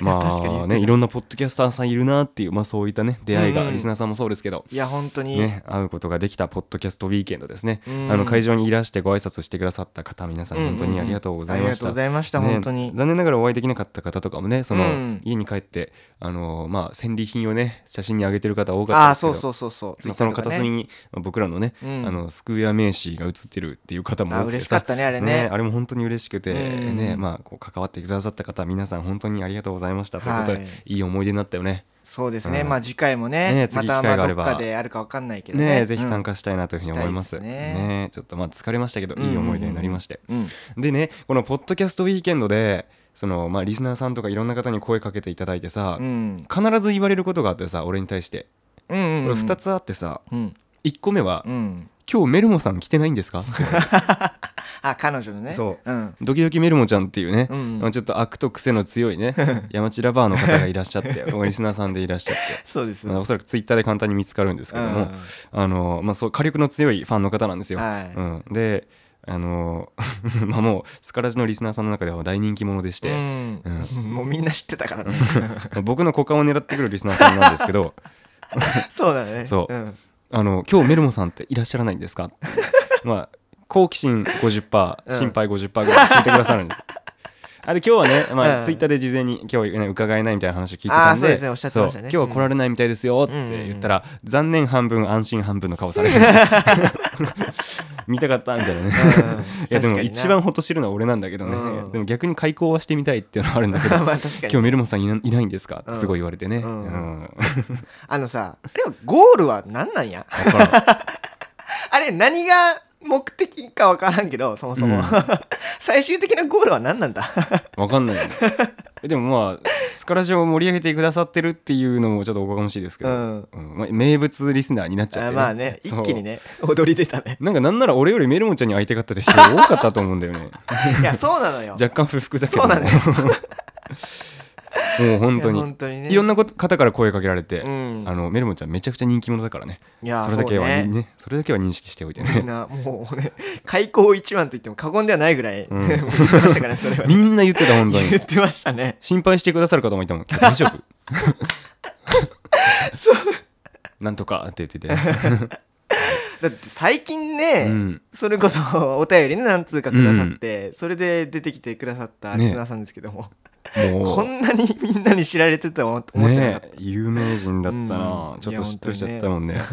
Speaker 4: ま
Speaker 2: 確かに言っ
Speaker 4: あ
Speaker 2: て
Speaker 4: ね
Speaker 2: た
Speaker 4: いろんなポッドキャスターさんいるなっていう、まあ、そういったね出会いが、
Speaker 2: うんうん
Speaker 4: リスナーさんもそうですけど。
Speaker 2: いや本当に、
Speaker 4: ね、会うことができたポッドキャストウィーケンドですね、
Speaker 2: うん
Speaker 4: あの会場にいらしてご挨拶してくださった方皆さん
Speaker 2: うんうんうん
Speaker 4: 本当にありがとうござい
Speaker 2: あり
Speaker 4: ま
Speaker 2: が
Speaker 4: し
Speaker 2: とう
Speaker 4: た
Speaker 2: ございました、
Speaker 4: ね
Speaker 2: 本当に
Speaker 4: 残念ながらお会いできなかった方とかもねその、
Speaker 2: うん
Speaker 4: 家に帰ってあのーまあ戦利品をね写真に上げてる方多かっ
Speaker 2: あ
Speaker 4: たん
Speaker 2: あ
Speaker 4: ですけど
Speaker 2: そうそうそうそう
Speaker 4: まあその片隅に僕らのね、
Speaker 2: うん
Speaker 4: あのスクエア名刺が写ってるっていう方も
Speaker 2: あ
Speaker 4: 多くて
Speaker 2: 嬉しか
Speaker 4: さ
Speaker 2: ったねあれね
Speaker 4: あれも本当に嬉しくて、
Speaker 2: うん
Speaker 4: ねまあ、こう関わってくださった方皆さん本当にありがとうございましたということ
Speaker 2: は
Speaker 4: で、
Speaker 2: い
Speaker 4: い、い思い出になったよね。
Speaker 2: そうですね、
Speaker 4: うん
Speaker 2: まあ次回もね
Speaker 4: ね
Speaker 2: ま
Speaker 4: 次
Speaker 2: た
Speaker 4: 機会が
Speaker 2: ま
Speaker 4: あ
Speaker 2: あ
Speaker 4: れ
Speaker 2: ど
Speaker 4: ば
Speaker 2: っかであるかわかんないけどね
Speaker 4: ねぜひ参加したいなというふうに思います。
Speaker 2: うんしたいです
Speaker 4: ね
Speaker 2: ね
Speaker 4: ちょっとまあ疲れましたけど、
Speaker 2: うん
Speaker 4: いい思い出になりまして。
Speaker 2: うん、うん
Speaker 4: でねこのポッドキャストウィーケンドでその、まあ、リスナーさんとかいろんな方に声かけていただいてさ、
Speaker 2: うん
Speaker 4: 必ず言われることがあってさ俺に対して、
Speaker 2: うんうん
Speaker 4: これ2つあってさ
Speaker 2: うん
Speaker 4: 1個目は、
Speaker 2: うん
Speaker 4: 今日メルモさん来てないんですか?」って言われて
Speaker 2: あ彼女のね
Speaker 4: そ
Speaker 2: うん
Speaker 4: ドキドキメルモちゃんっていうね、
Speaker 2: うん
Speaker 4: まあちょっと悪と癖の 強いね山地ラバーの方がいらっしゃってリスナーさんでいらっしゃって。
Speaker 2: そうです
Speaker 4: まあおそらくツイッターで簡単に見つかるんですけども、
Speaker 2: うん
Speaker 4: あのまあ、そう火力の強いファンの方なんですよ。
Speaker 2: はい
Speaker 4: うん、であの まあもうスカラジのリスナーさんの中では大人気者でして、
Speaker 2: うんもうみんな知ってたからね
Speaker 4: 僕の股間を狙ってくるリスナーさんなんですけど
Speaker 2: そうだね
Speaker 4: そうんあの今日メルモさんっていらっしゃらないんですか ってまあ好奇心50%
Speaker 2: うん
Speaker 4: 心配50%ぐらい聞いてくださ るんです。あで今日はね、ま
Speaker 2: う
Speaker 4: あ、
Speaker 2: ん
Speaker 4: ツイッターで事前に今日、ね、伺えないみたいな話を聞いてた
Speaker 2: あー
Speaker 4: ん
Speaker 2: そう
Speaker 4: で
Speaker 2: ですねおっしゃってましたね
Speaker 4: そう今日は来られないみたいですよっ
Speaker 2: うん
Speaker 4: て言ったら、残念半分安心半分の顔されるんですよ 見たかったみたいなね。いやでも一番ほっとしてるのは俺なんだけどね、
Speaker 2: うん
Speaker 4: でも逆に開口はしてみたいっていうのはあるんだけど
Speaker 2: まあ確か
Speaker 4: 今日
Speaker 2: に
Speaker 4: メルモさんいないないんですかってすごい言われてね、う
Speaker 2: うん
Speaker 4: ん
Speaker 2: あのさあれはゴールは何なんや
Speaker 4: わからん
Speaker 2: あれ何が目的か分からんけどそもそも、
Speaker 4: うん
Speaker 2: 最終的なゴールは何なんだ
Speaker 4: わかんな いよねでもまあスカラジオを盛り上げてくださってるっていうのもちょっとおこがましいですけど、
Speaker 2: うん
Speaker 4: うんまあ名物リスナーになっちゃって、
Speaker 2: あまあね一気に
Speaker 4: ね
Speaker 2: ね踊り出たね
Speaker 4: そうなんかなんなら俺よりメルモちゃんに会いたかった人多かったと思うんだよ ね
Speaker 2: いやそうなのよ
Speaker 4: 若干不服だけど
Speaker 2: そうなのよ
Speaker 4: もう本当
Speaker 2: い
Speaker 4: に
Speaker 2: や本当にね
Speaker 4: いろんなこと方から声かけられて、
Speaker 2: うん
Speaker 4: あのメルモちゃんめちゃくちゃ人気者だからね
Speaker 2: いや
Speaker 4: それだけは
Speaker 2: そうね
Speaker 4: ねそれだけは認識しておいて
Speaker 2: み
Speaker 4: ね
Speaker 2: ん なもうね開口一番と言っても過言ではないぐらい、
Speaker 4: ん
Speaker 2: 言ってましたからねそれはね
Speaker 4: みんな言ってた本 当に
Speaker 2: 言ってましたね
Speaker 4: 心配してくださる方もいたもん今日大 丈夫なんとかって言ってて、
Speaker 2: だって最近ね、
Speaker 4: うん
Speaker 2: それこそ お便りね何通かくださって、それで出てきてくださった
Speaker 4: ね
Speaker 2: リスナーさんですけども、
Speaker 4: もう
Speaker 2: こんなにみんなに知られてたと思ってなかった、
Speaker 4: ねえ有名人だったな、
Speaker 2: うん
Speaker 4: ちょっと
Speaker 2: いや
Speaker 4: 嫉妬しちゃったもんね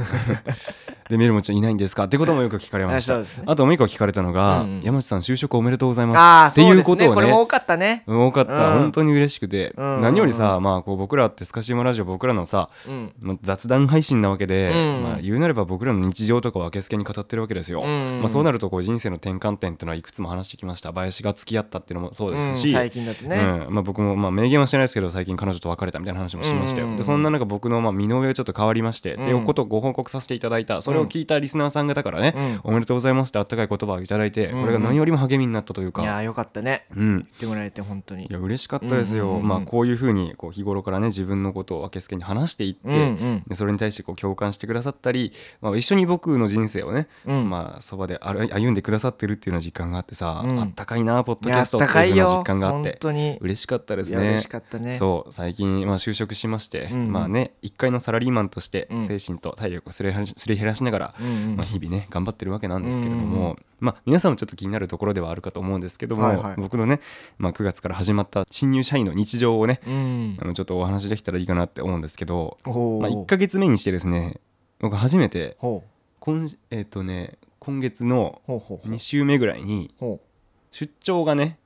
Speaker 4: でメルモちゃんいないんですかってこともよく聞かれまし
Speaker 2: あそ
Speaker 4: た
Speaker 2: うですね
Speaker 4: あともう一個聞かれたのが、
Speaker 2: うんうん
Speaker 4: 山内さん就職おめでとうござい
Speaker 2: あ
Speaker 4: ま
Speaker 2: あ
Speaker 4: すって
Speaker 2: そ
Speaker 4: いうう
Speaker 2: です
Speaker 4: こ
Speaker 2: ね
Speaker 4: とを
Speaker 2: こ
Speaker 4: ね
Speaker 2: れも多かったね
Speaker 4: 多かった、
Speaker 2: うん
Speaker 4: 本当に嬉しくて、
Speaker 2: うんうんうん
Speaker 4: 何よりさ、まあ、こう僕らってスカシウマラジオ僕らのさ、
Speaker 2: うん
Speaker 4: まあ雑談配信なわけで、
Speaker 2: うん
Speaker 4: まあ、言うなれば僕らの日常とかを明けすけに語ってるわけですよ、
Speaker 2: うん
Speaker 4: まあ、そうなるとこう人生の転換点っていうのはいくつも話してきました林が付き合ったっていうのもそうですし、
Speaker 2: うん最近だとね、
Speaker 4: うんまあ、僕もまあ明言はしてないですけど最近彼女と別れたみたいな話もしましたよ、
Speaker 2: うんうんうん
Speaker 4: でそんな中僕のまあ身の上がちょっと変わりまして、っていうことをご報告させていただいたそれを聞いたリスナーさんがだからね、おめでとうございますってあったかい言葉をいただいて、
Speaker 2: うんうん
Speaker 4: これが何よりも励みになったとい
Speaker 2: い
Speaker 4: う
Speaker 2: や
Speaker 4: か
Speaker 2: ーよかったね
Speaker 4: うん
Speaker 2: 言ってもらえて本当に
Speaker 4: いや嬉しかったですよ、
Speaker 2: うんうんうんうん
Speaker 4: まあこういうふうにこう日頃からね自分のことを明けすけに話していって、
Speaker 2: うん
Speaker 4: でそれに対してこう共感してくださったり、まあ、一緒に僕の人生をね、
Speaker 2: うんうん
Speaker 4: まあ、そばで歩歩んでくださってるっていうような実感があってさ、
Speaker 2: うん
Speaker 4: あったかいなポッド
Speaker 2: い
Speaker 4: キ
Speaker 2: やあ
Speaker 4: ャ
Speaker 2: っ
Speaker 4: スト
Speaker 2: た
Speaker 4: って
Speaker 2: か
Speaker 4: い
Speaker 2: いう
Speaker 4: ような
Speaker 2: よ
Speaker 4: 実感があっ
Speaker 2: 本
Speaker 4: て
Speaker 2: 当に
Speaker 4: 嬉しかったです
Speaker 2: いや嬉
Speaker 4: ね
Speaker 2: し。かったね
Speaker 4: そう最近、まあ、就職しまして、
Speaker 2: うんうん
Speaker 4: まあね、一回のサラリーマンとして
Speaker 2: うん
Speaker 4: 精神と体力をすり減らしすり減らしながら、
Speaker 2: うんうん
Speaker 4: まあ、日々ね頑張ってるわけなんですけれど
Speaker 2: うんうんう
Speaker 4: も、まあ、皆さんもちょっと気になるところではあるかと思うんですけども、
Speaker 2: はいはい
Speaker 4: 僕のね、まあ、9月から始まった新入社員の日常をね
Speaker 2: うん
Speaker 4: あのちょっとお話できたらいいかなって思うんですけど、
Speaker 2: ほう
Speaker 4: まあ、1ヶ月目にしてですね僕初めて
Speaker 2: ほう
Speaker 4: 今,、えっとね、今月の
Speaker 2: ほうほうほう
Speaker 4: 2週目ぐらいに
Speaker 2: ほう
Speaker 4: 出張がね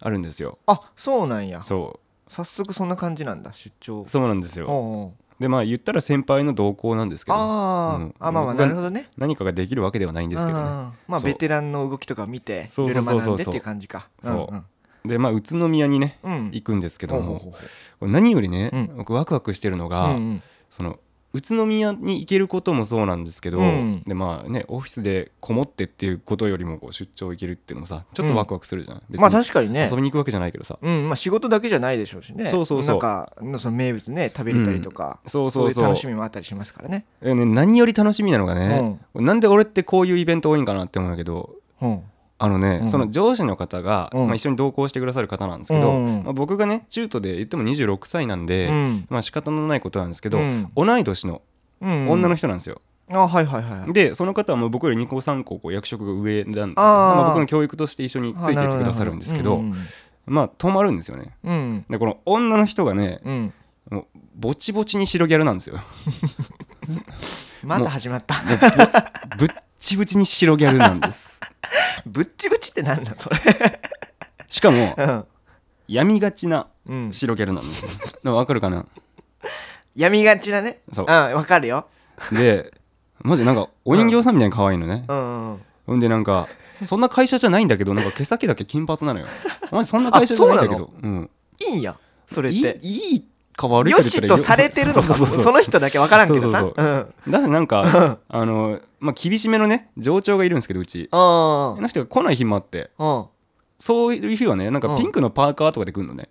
Speaker 4: あるんですよ。
Speaker 2: あそうなんや
Speaker 4: そ
Speaker 2: 早速そんな感じなんだ出張
Speaker 4: うそうなんですよ
Speaker 2: ほう
Speaker 4: でまあ言ったら先輩の同行なんですけど
Speaker 2: あー
Speaker 4: うん
Speaker 2: あまあまあ
Speaker 4: 僕が
Speaker 2: なるほどね
Speaker 4: 何かができるわけではないんですけどね
Speaker 2: あーまあ
Speaker 4: そう
Speaker 2: ベテランの動きとか見て
Speaker 4: そう
Speaker 2: いろ
Speaker 4: そう
Speaker 2: い
Speaker 4: そ
Speaker 2: ろ
Speaker 4: うそ
Speaker 2: 学
Speaker 4: うん
Speaker 2: でっていう感じか
Speaker 4: そうんでまあ宇都宮にね
Speaker 2: うんうん
Speaker 4: 行くんですけど
Speaker 2: ほう
Speaker 4: も
Speaker 2: ほうほ
Speaker 4: これ何よりね、
Speaker 2: うん
Speaker 4: 僕ワクワクしてるの
Speaker 2: う
Speaker 4: が、
Speaker 2: うんうん
Speaker 4: その宇都宮に行けることもそうなんですけど、
Speaker 2: うん
Speaker 4: でまあねオフィスでこもってっていうことよりもこう出張行けるっていうのもさちょっとワクワクするじゃん、別
Speaker 2: まあ確かにね
Speaker 4: 遊びに行くわけじゃないけどさ
Speaker 2: うんまあ仕事だけじゃないでしょうしね
Speaker 4: そうそうそう
Speaker 2: なんかその名物ね食べれたりとか
Speaker 4: そう
Speaker 2: そ
Speaker 4: そうう
Speaker 2: いう
Speaker 4: そう
Speaker 2: 楽しみもあったりしますからね
Speaker 4: えね何より楽しみなのがね、なんで俺ってこういうイベント多いんかなって思うんだけど
Speaker 2: うん
Speaker 4: あのね、
Speaker 2: うん
Speaker 4: その上司の方が、
Speaker 2: うん
Speaker 4: まあ、一緒に同行してくださる方なんですけ
Speaker 2: う
Speaker 4: ど、
Speaker 2: んうん
Speaker 4: まあ、僕がね中途で言っても26歳なんで、
Speaker 2: うん
Speaker 4: まあ仕方のないことなんですけど、
Speaker 2: うん
Speaker 4: 同い年の
Speaker 2: うん
Speaker 4: 女の人なんですよ、
Speaker 2: あはいはいはい
Speaker 4: でその方はもう僕より2個3個こう役職が上なんですよ
Speaker 2: あー
Speaker 4: まあ、僕の教育として一緒について
Speaker 2: あな
Speaker 4: き
Speaker 2: ほ
Speaker 4: てくださるんですけど
Speaker 2: なるほ
Speaker 4: まあ止まるんですよね
Speaker 2: うんうん
Speaker 4: でこの女の人がね
Speaker 2: うんうん
Speaker 4: もうぼちぼちに白ギャルなんですよ
Speaker 2: また始まった
Speaker 4: ぶっちぶちに白ギャルなんです
Speaker 2: ぶっちぶちってなんなんそれ
Speaker 4: しかも
Speaker 2: うん
Speaker 4: 闇がちな
Speaker 2: うん
Speaker 4: 白ギャルなんですねでもわかるかな
Speaker 2: やみがちなね
Speaker 4: そうん
Speaker 2: わかるよ
Speaker 4: でマジなんかお人形さんみたいに可愛いのね
Speaker 2: う、んうん
Speaker 4: ほんでなんかそんな会社じゃないんだけどなんか毛先だけ金髪なのよマジそんな会社じゃないんだけどうん
Speaker 2: いいんやそれっ
Speaker 4: いい
Speaker 2: て
Speaker 4: いいか悪い
Speaker 2: よ
Speaker 4: かで言
Speaker 2: し
Speaker 4: ったら
Speaker 2: とされてるのか
Speaker 4: そうそうそうそう
Speaker 2: その人だけわからんけどさ
Speaker 4: そううそ
Speaker 2: んうん
Speaker 4: だからなんかあの、まあ、厳しめのね上長がいるんですけどうち
Speaker 2: うん
Speaker 4: あの人が来ない日もあってそういう日はねなん
Speaker 2: う
Speaker 4: か
Speaker 2: ん
Speaker 4: ピンクのパーカーとかで来る のね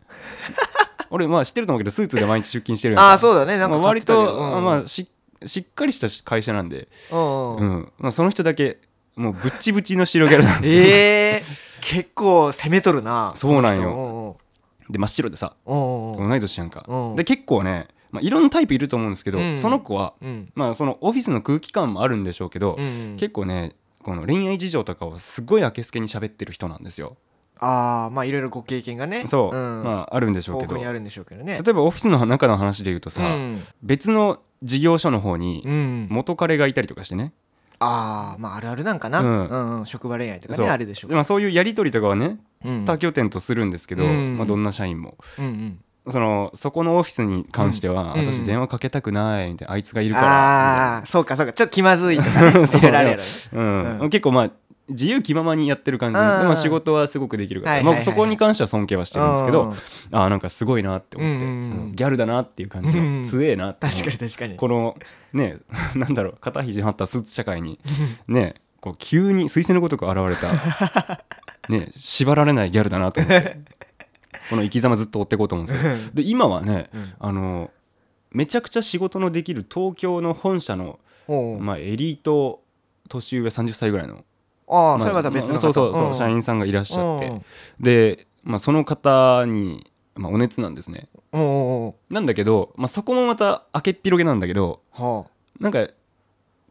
Speaker 4: 俺まあ知ってると思うけどスーツで毎日出勤してるやん
Speaker 2: ああそうだねなん
Speaker 4: ま
Speaker 2: か
Speaker 4: あ、
Speaker 2: 買っ
Speaker 4: 割
Speaker 2: てたけど
Speaker 4: と、あまあ、ししっかりした会社なんで、
Speaker 2: うんうん
Speaker 4: うんまあ、その人だけもうぶっちぶちの白ギャルなんで
Speaker 2: ええ結構攻めとるな
Speaker 4: そうなんよ
Speaker 2: よ
Speaker 4: で真っ白でさ
Speaker 2: うんうん
Speaker 4: 同い年やんか
Speaker 2: うん
Speaker 4: で結構ね、まあ、いろんなタイプいると思うんですけど、
Speaker 2: うん
Speaker 4: その子は、
Speaker 2: うん
Speaker 4: まあ、そのオフィスの空気感もあるんでしょうけど、
Speaker 2: うん
Speaker 4: 結構ねこの恋愛事情とかをすごい明けすけに喋ってる人なんですよ。
Speaker 2: ああまあいろいろご経験がね
Speaker 4: そう、
Speaker 2: ん
Speaker 4: まああるんでしょうけ
Speaker 2: 豊
Speaker 4: ど
Speaker 2: 富にあ
Speaker 4: 例
Speaker 2: るんでしょうけどね
Speaker 4: えばオフィスの中の話で言うとさ、
Speaker 2: うん
Speaker 4: 別の事業所の方
Speaker 2: う
Speaker 4: に
Speaker 2: ん
Speaker 4: 元彼がいたりとかしてね、
Speaker 2: ああまああるあるなんかな
Speaker 4: う
Speaker 2: うんんうん職場恋愛とか
Speaker 4: そう
Speaker 2: ねあれでしょう
Speaker 4: まあ、そういうやり取りとかはね
Speaker 2: うん
Speaker 4: 他拠点とするんですけど、
Speaker 2: うん
Speaker 4: まあ、どんな社員も
Speaker 2: うんうん
Speaker 4: そのそこのオフィスに関しては、
Speaker 2: うん
Speaker 4: 私電話かけたくないみたいなあいつがいるから
Speaker 2: ああそうかそうかちょっと気まずいとかね
Speaker 4: そう
Speaker 2: いろいろあるやろね
Speaker 4: みたいな、うん
Speaker 2: うん
Speaker 4: 結構まあ自由気ままにやってる感じで、
Speaker 2: うんうん
Speaker 4: まあ、仕事はすごくできるから、
Speaker 2: はいはいはい
Speaker 4: まあ、そこに関しては尊敬はしてるんですけど、
Speaker 2: うん
Speaker 4: ああなんかすごいなって思って、
Speaker 2: うんうんうん
Speaker 4: うんギャルだなっていう感じ
Speaker 2: うんう
Speaker 4: の
Speaker 2: ん
Speaker 4: 強えなって思う
Speaker 2: 確かに確かに
Speaker 4: このね なんだろう肩肘張ったスーツ社会にねこう急に彗星のごとく現れた ね縛られないギャルだなと思ってこの生き様ずっと追っていこうと思うんですけ どで今はね、
Speaker 2: うん
Speaker 4: あのめちゃくちゃ仕事のできる東京の本社の、
Speaker 2: おうおう
Speaker 4: まあ、エリート年上30歳ぐらいの、
Speaker 2: ああ
Speaker 4: ま
Speaker 2: それまた別の
Speaker 4: まあ
Speaker 2: 方
Speaker 4: そうそうそう、
Speaker 2: ん
Speaker 4: 社員さんがいらっしゃっ
Speaker 2: う
Speaker 4: て
Speaker 2: ん
Speaker 4: で、まあ、その方に、まあ、お熱なんですね
Speaker 2: おうおうおう
Speaker 4: なんだけど、まあ、そこもまた明けっぴろげなんだけど
Speaker 2: は
Speaker 4: なんか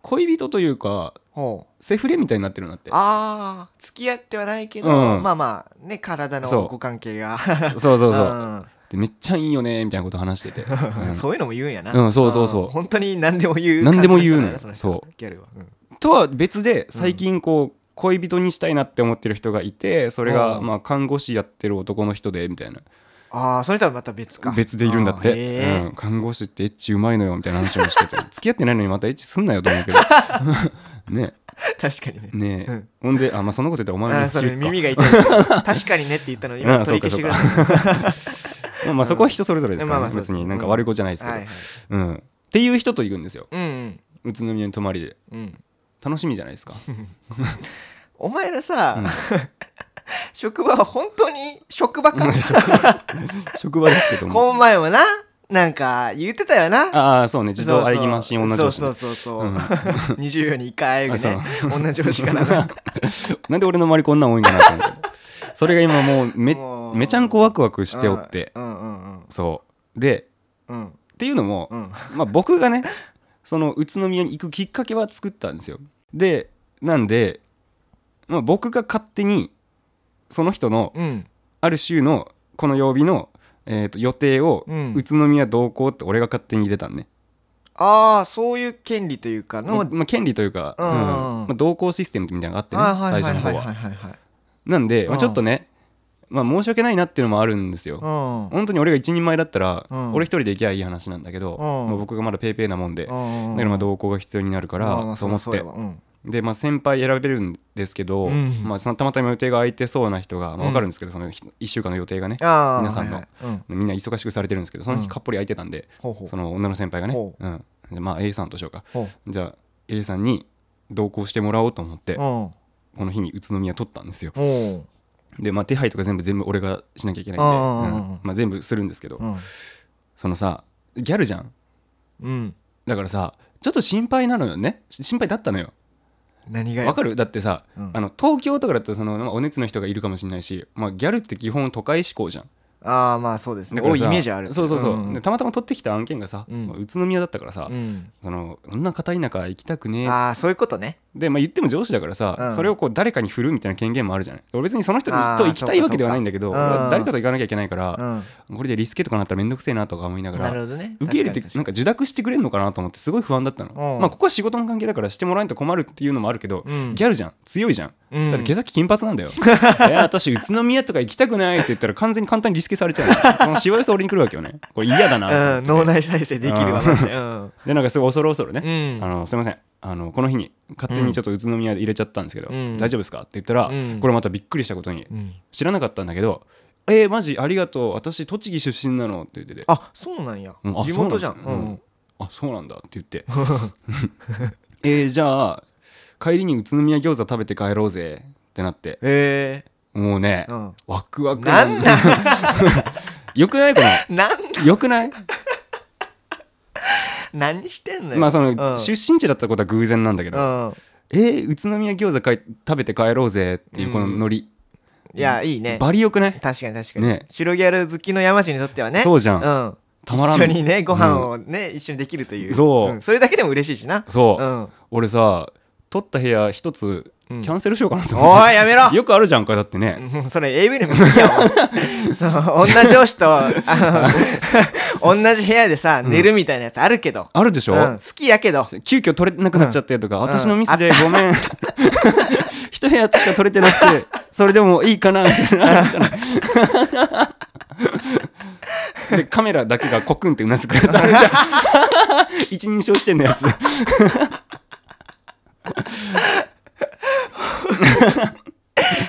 Speaker 4: 恋人というか
Speaker 2: あはあ
Speaker 4: セフレみたいになってるんだって
Speaker 2: ああ付き合ってはないけど、
Speaker 4: うん
Speaker 2: まあまあね体
Speaker 4: そ
Speaker 2: の
Speaker 4: う
Speaker 2: ご関係が
Speaker 4: そうそうそう
Speaker 2: そ
Speaker 4: でめっちゃいいよねみたいなこと話 してて、うん
Speaker 2: そういうのも言うんやな、
Speaker 4: うんそうそうそうん
Speaker 2: 本当に何でも言う
Speaker 4: 何でも言うの
Speaker 2: 感じの人だなその人
Speaker 4: そう
Speaker 2: ギャルは、うん
Speaker 4: とは別で最近こう恋人にしたいなって思ってる人がいてそれが
Speaker 2: うん
Speaker 4: まあ看護師やってる男の人でみたいな
Speaker 2: ああその人はまた別か
Speaker 4: 別でいるんだっ
Speaker 2: あーへ
Speaker 4: て、
Speaker 2: ー
Speaker 4: うん、看護師ってエッチうまいのよみたいな話をしてて付き合ってないのにまたエッチすんなよと思うけど ね
Speaker 2: 確かにね
Speaker 4: ね
Speaker 2: うん
Speaker 4: ほんであ、まあ、そんなこと言ったらお前
Speaker 2: あ
Speaker 4: の
Speaker 2: ーそれ
Speaker 4: 聞
Speaker 2: 耳が 痛い確かにねって言ったのに
Speaker 4: あ
Speaker 2: 今
Speaker 4: あ
Speaker 2: 取り消してくれた
Speaker 4: そう まあ、まあそこは人それぞれですから、
Speaker 2: まあ
Speaker 4: ね
Speaker 2: まあそうで
Speaker 4: 別
Speaker 2: す
Speaker 4: になんか悪い子じゃないですけど、
Speaker 2: はいはい
Speaker 4: うん、っていう人といるんですよ
Speaker 2: うんうん
Speaker 4: 宇都宮に泊まりで
Speaker 2: うん
Speaker 4: 楽しみじゃない ですか、
Speaker 2: お前らさ、
Speaker 4: うん
Speaker 2: 職場は本当に職場か、
Speaker 4: 職場ですけども
Speaker 2: この前もななんか言ってたよな
Speaker 4: ああそうね自動ありぎまし女上司
Speaker 2: そ
Speaker 4: ね
Speaker 2: うそうそうそう、
Speaker 4: うん
Speaker 2: 24に1回会うね
Speaker 4: あ
Speaker 2: 同じ上司からな
Speaker 4: なんで俺の周りこんなん多いんかなと思ってそれが今もうめ
Speaker 2: もう
Speaker 4: めちゃんこワクワク しておって
Speaker 2: うんうんうん
Speaker 4: そうで
Speaker 2: うん
Speaker 4: っていうのも、
Speaker 2: うん
Speaker 4: まあ、僕がねその宇都宮に行くきっかけは作ったんですよでなんで、まあ、僕が勝手にその人の
Speaker 2: うん
Speaker 4: ある週のこの曜日の、えー、と予定を
Speaker 2: うん
Speaker 4: 宇都宮同行って俺が勝手に入れたんね、
Speaker 2: ああそういう権利というかの、
Speaker 4: まあまあ、権利というか、
Speaker 2: うんうんうん
Speaker 4: まあ、同行システムみたいなのがあってね
Speaker 2: あーはい
Speaker 4: 最
Speaker 2: はい
Speaker 4: 初の
Speaker 2: はい
Speaker 4: 方
Speaker 2: はい
Speaker 4: は
Speaker 2: はいはい
Speaker 4: なんで、まあ、
Speaker 2: うん
Speaker 4: ちょっとね、まあ、申し訳ないなっていうのもあるんですよ
Speaker 2: うん
Speaker 4: 本当に俺が一人前だったら、
Speaker 2: うん
Speaker 4: 俺一人で行きゃいい話なんだけど、
Speaker 2: ん
Speaker 4: まあ、僕がまだペイペイなもんで、
Speaker 2: うん
Speaker 4: だからまあ同行が必要になるか
Speaker 2: から
Speaker 4: と思って、
Speaker 2: うん
Speaker 4: で、まあ、先輩選べるんですけど、
Speaker 2: うん
Speaker 4: まあ、そのたまたま予定が空いてそうな人が、まあ、
Speaker 2: うん
Speaker 4: 分かるんですけど、その1週間の予定がね
Speaker 2: あー
Speaker 4: 皆さんの
Speaker 2: はいはいうん
Speaker 4: みんな忙しくされてるんですけどその
Speaker 2: うん
Speaker 4: 日かっぽり空いてたんで、
Speaker 2: ほうほう
Speaker 4: その女の先輩がね、
Speaker 2: ほう
Speaker 4: うんでまあ、A さんとしようか
Speaker 2: ほう
Speaker 4: じゃあ A さんに同行してもらおうと思って
Speaker 2: うんお
Speaker 4: この日に宇都宮取ったんですよ
Speaker 2: う
Speaker 4: で、まあ、手配とか全部全部俺がしなきゃいけないんで、
Speaker 2: うんうんうん
Speaker 4: うんまあ、全部するんですけど、
Speaker 2: うん
Speaker 4: そのさギャルじゃん
Speaker 2: うん
Speaker 4: だからさちょっと心配なのよねし心配だったのよ
Speaker 2: 何がよ
Speaker 4: わかるだってさ、
Speaker 2: うん
Speaker 4: あの東京とかだったらその、まあお熱の人がいるかもしれないし、まあ、ギャルって基本都会志向じゃん
Speaker 2: ああまあそうですね
Speaker 4: だから
Speaker 2: 多い
Speaker 4: さ
Speaker 2: イメージある
Speaker 4: そうそうそう、
Speaker 2: んん
Speaker 4: でたまたま取ってきた案件がさ、
Speaker 2: うん
Speaker 4: まあ宇都宮だったからさ、
Speaker 2: うん
Speaker 4: そのそんな片田舎行きたくねえ
Speaker 2: ああそういうことね
Speaker 4: で、まあ、言っても上司だからさ、
Speaker 2: うん
Speaker 4: それをこう誰かに振るみたいな権限もあるじゃない俺別にその人と
Speaker 2: あー
Speaker 4: 行きたいわけではないんだけ
Speaker 2: そ
Speaker 4: ど
Speaker 2: うかそうかうん
Speaker 4: 俺は誰かと行かなきゃいけないから、
Speaker 2: ん
Speaker 4: これでリスケとかなったら面倒くせえなとか思いながら
Speaker 2: なるほどね
Speaker 4: 受け入れてなんか受諾してくれるのかなと思ってすごい不安だったの、
Speaker 2: うん
Speaker 4: まあここは仕事の関係だからしてもらえんと困るっていうのもあるけど、
Speaker 2: うん
Speaker 4: ギャルじゃん強いじゃん、
Speaker 2: うん
Speaker 4: だって毛先金髪な んだよいや私宇都宮とか行きたくないって言ったら完全に簡単にリスケされちゃうのそのしわ寄せ俺に来るわけよねこれ嫌だな、
Speaker 2: うん脳内再生できるわマジでうん
Speaker 4: でなんかすごい恐る恐るね、
Speaker 2: うん
Speaker 4: あのすいませんあのこの日に勝手にちょっと宇都宮で入れちゃったんですけど、
Speaker 2: うん
Speaker 4: 大丈夫ですかって言ったら、
Speaker 2: うん
Speaker 4: これまたびっくりしたことに、
Speaker 2: うん
Speaker 4: 知らなかったんだけど「えー、マジありがとう私栃木出身なの」って言ってて「
Speaker 2: あそうなんや
Speaker 4: うんあ
Speaker 2: 地元じゃん
Speaker 4: そ
Speaker 2: う
Speaker 4: うなんです
Speaker 2: ん
Speaker 4: ねあそうなんだ」って言って 「えー、じゃあ帰りに宇都宮餃子食べて帰ろうぜ」ってなって
Speaker 2: へえ
Speaker 4: もうね、
Speaker 2: うん
Speaker 4: ワクワク
Speaker 2: なんなん
Speaker 4: よくないこ
Speaker 2: なん
Speaker 4: のよくない
Speaker 2: 何してんのよ
Speaker 4: まあそうの
Speaker 2: ん
Speaker 4: 出身地だったことは偶然なんだけど、
Speaker 2: うん
Speaker 4: えー、宇都宮餃子かい食べて帰ろうぜっていうこのノリ、
Speaker 2: いやいいね
Speaker 4: バリよくない
Speaker 2: 確かに確かに、
Speaker 4: ね
Speaker 2: 白ギャル好きの山氏にとってはね
Speaker 4: そうじゃん
Speaker 2: うん、
Speaker 4: たまらん
Speaker 2: 一緒にねご飯をね、一緒にできるという
Speaker 4: そうん
Speaker 2: それだけでも嬉しいしな
Speaker 4: そう、
Speaker 2: ん、
Speaker 4: 俺さ取った部屋一つキ
Speaker 2: うん
Speaker 4: ャンセルしようかなと思って、
Speaker 2: おいやめろ
Speaker 4: よくあるじゃんかだってね、
Speaker 2: も うそれ AV の見過ぎやわそう女上司とあ の同じ部屋でさ寝るみたいなやつあるけど、
Speaker 4: あるでし
Speaker 2: う
Speaker 4: ょ、
Speaker 2: ん好きやけど
Speaker 4: 急遽取れなくなっちゃってとか、
Speaker 2: ん
Speaker 4: 私のミスでごめん 一部屋しか取れてなくてそれでもいいかなみたいなのあるじゃない でカメラだけがコクンってうなずくやつあるじゃ ん一人称視点のやつ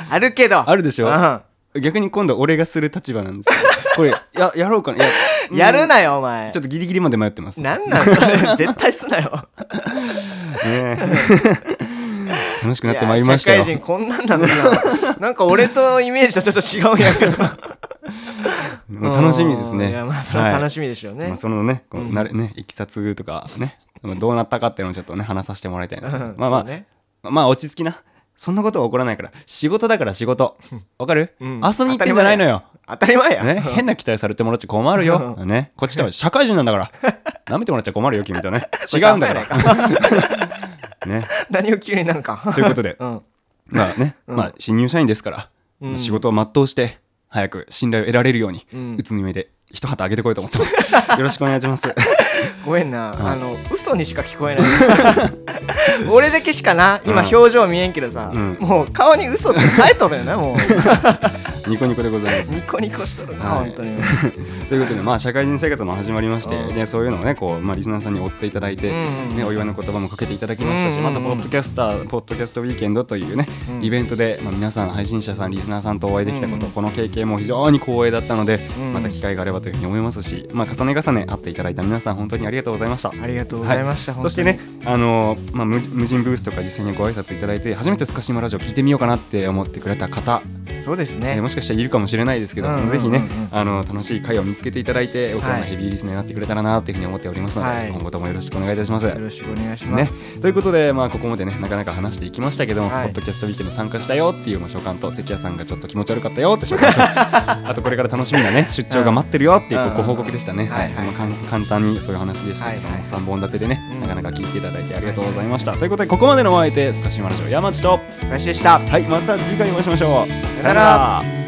Speaker 2: あるけど
Speaker 4: あるでしょ
Speaker 2: うん
Speaker 4: 逆に今度俺がする立場なんですけ どこれややろうかなや
Speaker 2: やる
Speaker 4: い
Speaker 2: なよお前
Speaker 4: ちょっとギリギリまで迷ってます
Speaker 2: なんなんそ れ絶対すなよ
Speaker 4: ねえ楽しくなってまいりました
Speaker 2: いや
Speaker 4: よ
Speaker 2: 社会人こんなんなのにななんか俺とイメージとちょっと違うんやけど
Speaker 4: もう楽しみです
Speaker 2: う
Speaker 4: ね
Speaker 2: んいやまあそれは楽
Speaker 4: み
Speaker 2: しみでしょうね、
Speaker 4: まあ、そのねこうなれねいきさつとかねまあどうなったかっていうのをちょっとね話させてもらいたいんですけど、
Speaker 2: うん
Speaker 4: まあまあ、
Speaker 2: そうね
Speaker 4: まあ落ち着きなそんなことは起こらないから仕事だから仕事わかる、
Speaker 2: うん
Speaker 4: 遊びに行ってんじゃないのよ、
Speaker 2: 当たり前や、
Speaker 4: ね、変な期待されてもらっちゃ困るよ、 ね、こっちから社会人なんだから舐めてもらっちゃ困るよ君とね違うんだから
Speaker 2: ら
Speaker 4: ね
Speaker 2: 何を急になんか
Speaker 4: ということで
Speaker 2: うん
Speaker 4: まあね、
Speaker 2: うん
Speaker 4: まあ新入社員ですから、
Speaker 2: うん
Speaker 4: まあ仕事を全うして早く信頼を得られるように、
Speaker 2: うん
Speaker 4: 宇都宮で一旗あげてこいと思ってます よろしくお願いします
Speaker 2: ごめんな、あの嘘にしか聞こえない 俺だけしかな今
Speaker 4: うん
Speaker 2: 表情見えんけどさ、
Speaker 4: うん
Speaker 2: もう顔に嘘って書いとるよなもう
Speaker 4: ニコニコでございます
Speaker 2: ニコニコしとるな、
Speaker 4: はい
Speaker 2: 本当に。
Speaker 4: ということで、まあ、社会人生活も始まりまして、
Speaker 2: うん
Speaker 4: ね、そういうのをねこう、まあ、リスナーさんに追っていただいて、
Speaker 2: うんうん
Speaker 4: ね、お祝いの言葉もかけていただきました
Speaker 2: うんうん
Speaker 4: し、
Speaker 2: うん
Speaker 4: またポッドキャスターポッドキャストウィーケンドというね、
Speaker 2: うん
Speaker 4: イベントで、まあ、皆さん配信者さんリスナーさんとお会いできたこと、
Speaker 2: うんうん
Speaker 4: この経験も非常に光栄だったので、
Speaker 2: うん
Speaker 4: また機会があればというふうに思いますし、まあ、重ね重ね会っていただいた皆さん本当にありがとうございました。
Speaker 2: ありがとうございました、
Speaker 4: そ
Speaker 2: 本当に
Speaker 4: してね、あのーまあ、無無人ブースとか実際にご挨拶いただいて初めてスカシマラジオ聞いてみようかなって思ってくれた方
Speaker 2: そうです
Speaker 4: えー
Speaker 2: ね
Speaker 4: も。しかしたらいるかもしれないですけど、
Speaker 2: うんうんうんうん
Speaker 4: ぜひねあの楽しい会を見つけていただいて僕らのヘビーリスナーになってくれたらなというふうに思っておりますので、
Speaker 2: はい
Speaker 4: 今後ともよろしくお願いいたします。
Speaker 2: よろしくお願いしま
Speaker 4: ね
Speaker 2: す。、
Speaker 4: ということで、まあ、ここまでねなかなか話していきましたけども、
Speaker 2: はい
Speaker 4: ポッドキャストウィークの参加したよっていうまあ所感と関谷さんがちょっと気持ち悪かっ たよって所感とあとこれから楽しみなね出張が待ってるよっていう
Speaker 2: うん
Speaker 4: ご報告でしたね、
Speaker 2: うん
Speaker 4: はい
Speaker 2: はい
Speaker 4: そのかん簡単にそういう話でしたけども、
Speaker 2: はいはい
Speaker 4: 3本立てでね、
Speaker 2: うん
Speaker 4: なかなか聞いていただいてありがとうございました、ということでここまでのお相手スカシマラジオ山地と
Speaker 2: お疲れ様でした。
Speaker 4: はいまた次回お会いしましょう
Speaker 2: さよなら